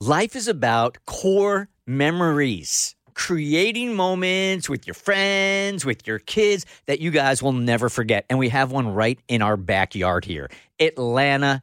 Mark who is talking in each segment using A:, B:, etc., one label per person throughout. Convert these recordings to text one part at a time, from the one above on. A: Life is about core memories, creating moments with your friends, with your kids that you guys will never forget. And we have one right in our backyard here Atlanta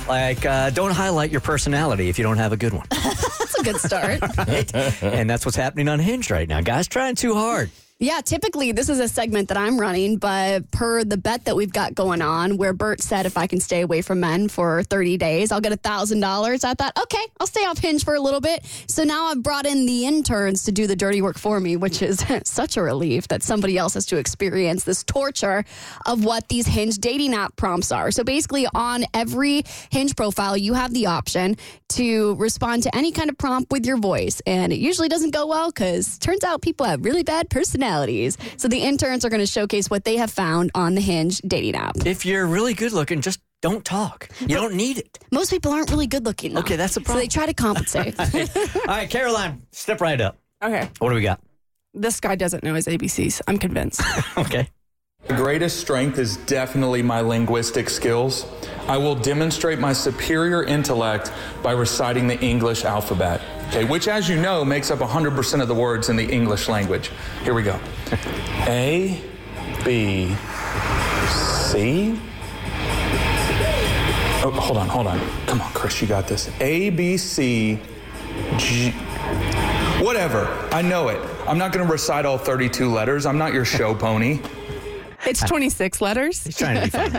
A: Like, uh, don't highlight your personality if you don't have a good one.
B: That's a good start.
A: Right? and that's what's happening on Hinge right now. Guys trying too hard.
B: Yeah, typically this is a segment that I'm running, but per the bet that we've got going on, where Bert said if I can stay away from men for 30 days, I'll get $1,000. I thought, okay, I'll stay off Hinge for a little bit. So now I've brought in the interns to do the dirty work for me, which is such a relief that somebody else has to experience this torture of what these Hinge dating app prompts are. So basically, on every Hinge profile, you have the option to respond to any kind of prompt with your voice. And it usually doesn't go well because turns out people have really bad personalities. So the interns are going to showcase what they have found on the Hinge dating app.
A: If you're really good looking, just don't talk. You don't need it.
B: Most people aren't really good looking. though.
A: Okay, that's a problem.
B: So they try to compensate.
A: All right, Caroline, step right up.
C: Okay.
A: What do we got?
C: This guy doesn't know his ABCs. I'm convinced.
A: Okay.
D: The greatest strength is definitely my linguistic skills. I will demonstrate my superior intellect by reciting the English alphabet, okay, which, as you know, makes up 100% of the words in the English language. Here we go A, B, C. Oh, hold on, hold on. Come on, Chris, you got this. A, B, C, G. Whatever. I know it. I'm not going to recite all 32 letters. I'm not your show pony.
C: It's 26 letters.
A: He's trying to be fun.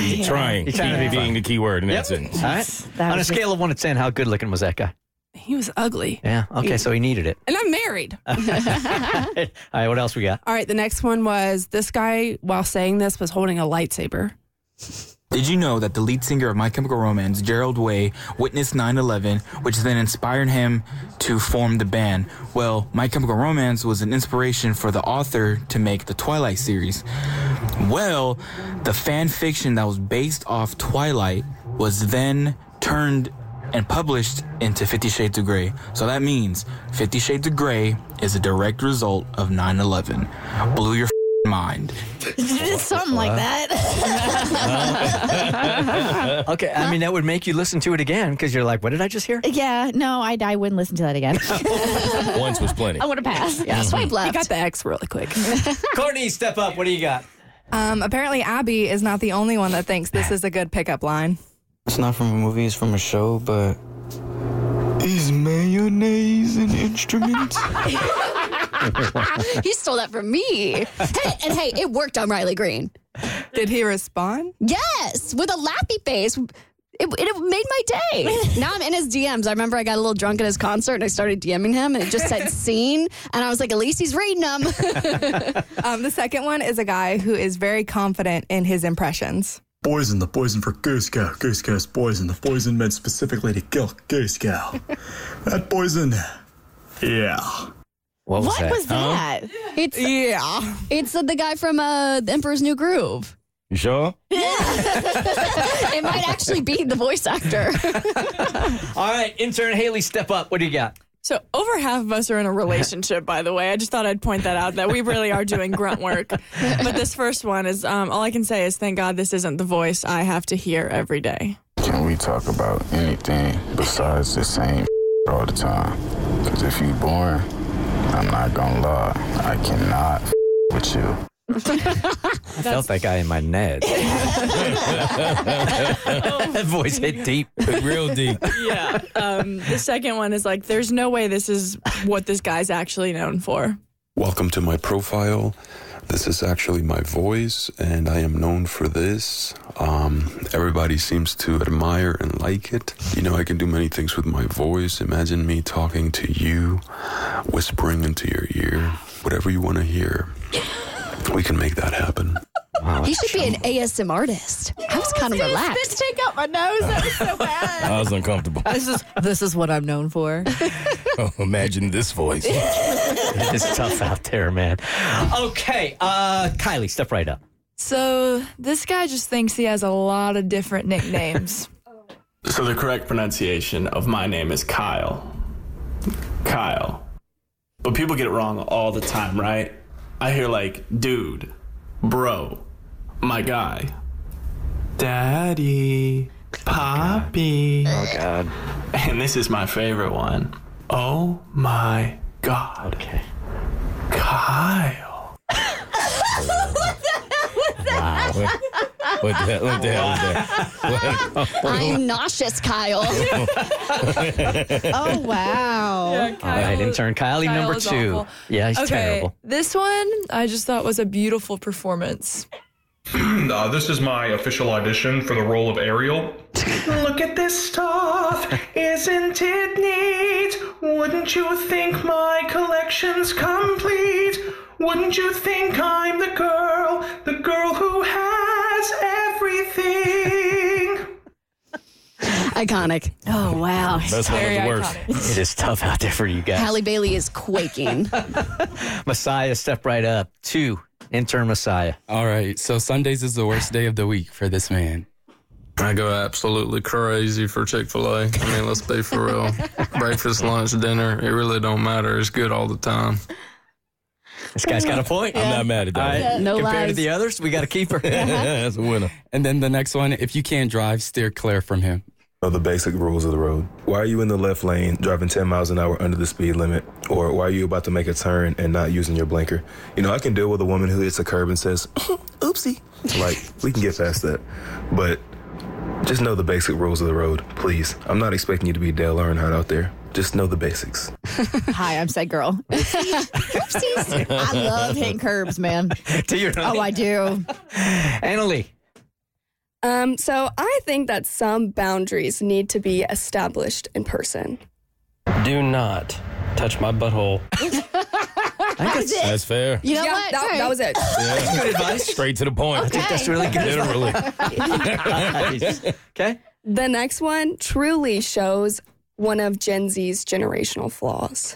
E: He's trying.
A: He's trying to
E: He
A: be fun.
E: being the key word in that sentence.
A: All right.
C: That
A: On a
C: was-
A: scale of one to ten, how good looking was that guy?
C: He was ugly.
A: Yeah. Okay, so he needed it.
C: And I'm married. All
A: All right, what else we got?
C: right. The next one was this guy, while saying this, was holding a lightsaber.
F: Did you know that the lead singer of My Chemical Romance, Gerald Way, witnessed 9 11, which then inspired him to form the band? Well, My Chemical Romance was an inspiration for the author to make the Twilight series. Well, the fan fiction that was based off Twilight was then turned and published into Fifty Shades of Grey. So that means Fifty Shades of Grey is a direct result of 9 11. Blew your f***ing mind.
B: Something like that.
A: Okay, I mean that would make you listen to it again because you're like, what did I just hear?
G: Yeah, no, I, I wouldn't listen to that again.
E: Once was plenty.
G: I want to pass.
B: yeah, swipe
C: I
B: left.
C: got the X really quick.
A: Courtney, step up. What do you got?
H: Um, apparently, Abby is not the only one that thinks this is a good pickup line.
I: It's not from a movie, it's from a show, but. Is mayonnaise an instrument?
B: he stole that from me. Hey, and hey, it worked on Riley Green.
H: Did he respond?
B: Yes, with a lappy face. It, it made my day. Now I'm in his DMs. I remember I got a little drunk at his concert and I started DMing him and it just said scene. And I was like, at least he's reading them.
H: Um, the second one is a guy who is very confident in his impressions.
J: Poison, the poison for Goose Cow. Goose Cow's poison, the poison meant specifically to kill Goose Cow. that poison. Yeah.
A: What was
G: What
A: that?
G: was that?
B: It's yeah. It's uh, the guy from uh, The Emperor's New Groove.
E: You sure?
B: It might actually be the voice actor.
A: All right, intern Haley, step up. What do you got?
C: So over half of us are in a relationship, by the way. I just thought I'd point that out that we really are doing grunt work. But this first one is um, all I can say is thank God this isn't the voice I have to hear every day.
J: Can we talk about anything besides the same all the time? Because if you boring, I'm not gonna lie. I cannot with you.
A: I felt that guy in my net. that voice hit deep.
E: Real deep.
C: Yeah. Um, the second one is like, there's no way this is what this guy's actually known for.
J: Welcome to my profile.
K: This is actually my voice, and I am known for this. Um, everybody seems to admire and like it. You know, I can do many things with my voice. Imagine me talking to you, whispering into your ear, whatever you want to hear. We can make that happen.
B: He should be an ASM artist. I was kind of relaxed.
L: Spit take out my nose. That was so bad.
E: I was uncomfortable.
L: this is this is what I'm known for.
E: Imagine this voice.
A: it is tough out there, man. Okay, uh, Kylie, step right up.
M: So this guy just thinks he has a lot of different nicknames.
N: So the correct pronunciation of my name is Kyle. Kyle. But people get it wrong all the time, right? I hear like, dude, bro, my guy, daddy, poppy. Oh god. And this is my favorite one. Oh my god. Okay. Kyle.
E: Wow. What, what the hell, what the hell is that?
B: I'm nauseous, Kyle.
E: oh,
B: wow.
A: All right, intern
M: Kyle
A: Kylie, number
M: is
A: two.
M: awful.
A: Yeah, he's
M: okay,
A: terrible.
M: This one I just thought was a beautiful performance.
O: uh, this is my official audition for the role of Ariel.
P: Look at this stuff. Isn't it neat? Wouldn't you think my collection's complete? Wouldn't you think I'm the girl, the girl who has everything?
B: Iconic. Oh, wow.
A: That's one of the worst. It is tough out there for you guys.
B: Halle Bailey is quaking.
A: Messiah, step right up. Two, intern Messiah.
Q: All right. So Sundays is the worst day of the week for this man.
D: I go absolutely crazy for Chick Fil A. I mean, let's be for real. Breakfast, lunch, dinner, it really don't matter. It's good all the time.
A: This guy's got a point.
E: I'm not mad at that.
A: All right,
E: No
A: Compared to
E: lies.
A: the others, we got a keeper.
E: That's a winner.
Q: And then the next one, if you can't drive, steer clear from him.
F: Know the basic rules of the road. Why are you in the left lane driving 10 miles an hour under the speed limit? Or why are you about to make a turn and not using your blinker? You know, I can deal with a woman who hits a curb and says, oopsie. Like, we can get past that. But just know the basic rules of the road, please. I'm not expecting you to be Dale Earnhardt out there. Just know the basics.
L: Hi, I'm Said Girl. Oopsies. I love hitting curbs, man.
A: Do you
L: Oh, I do.
A: Annalie.
R: Um, so I think that some boundaries need to be established in person.
S: Do not touch my butthole.
E: That's, that's fair.
R: You know what? That, that was it.
E: Yeah.
A: Good advice.
E: Straight to the point.
R: I think that's really good.
E: Literally.
A: okay.
R: The next one truly shows one of Gen Z's generational flaws.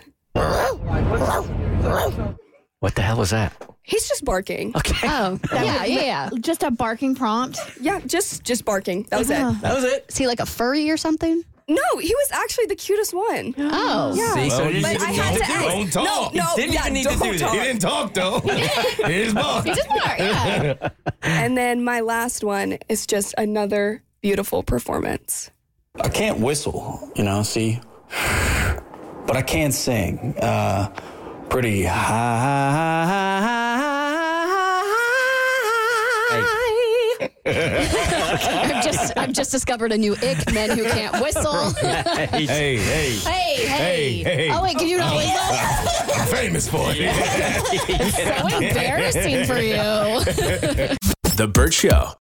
A: What the hell was that?
R: He's just barking.
A: Okay.
R: Oh,
L: yeah, yeah,
R: Just a barking prompt. Yeah, just just barking. That was
E: Uh-huh.
R: it.
A: That was it.
R: Is he like a furry or something? No, he was actually the cutest one.
B: Oh.
R: yeah.
E: See, so you
R: But
E: didn't
R: I
E: need
R: had
E: to
R: to
E: do
R: ask.
E: it. Don't talk.
R: No, no,
E: He didn't
R: yeah,
E: even need to
R: don't
E: do that.
R: talk.
E: He didn't talk, though. He just barked. He just barked, yeah.
R: And then my last one is just another beautiful performance.
S: I can't whistle, you know, see, but I can sing uh, pretty high.
B: I've just I've just discovered a new ick, men who can't whistle.
E: hey, hey,
B: Hey, hey.
E: hey.
B: Oh, wait, can you not whistle?
E: I'm famous for it.
B: so embarrassing for you.
T: The Burt Show.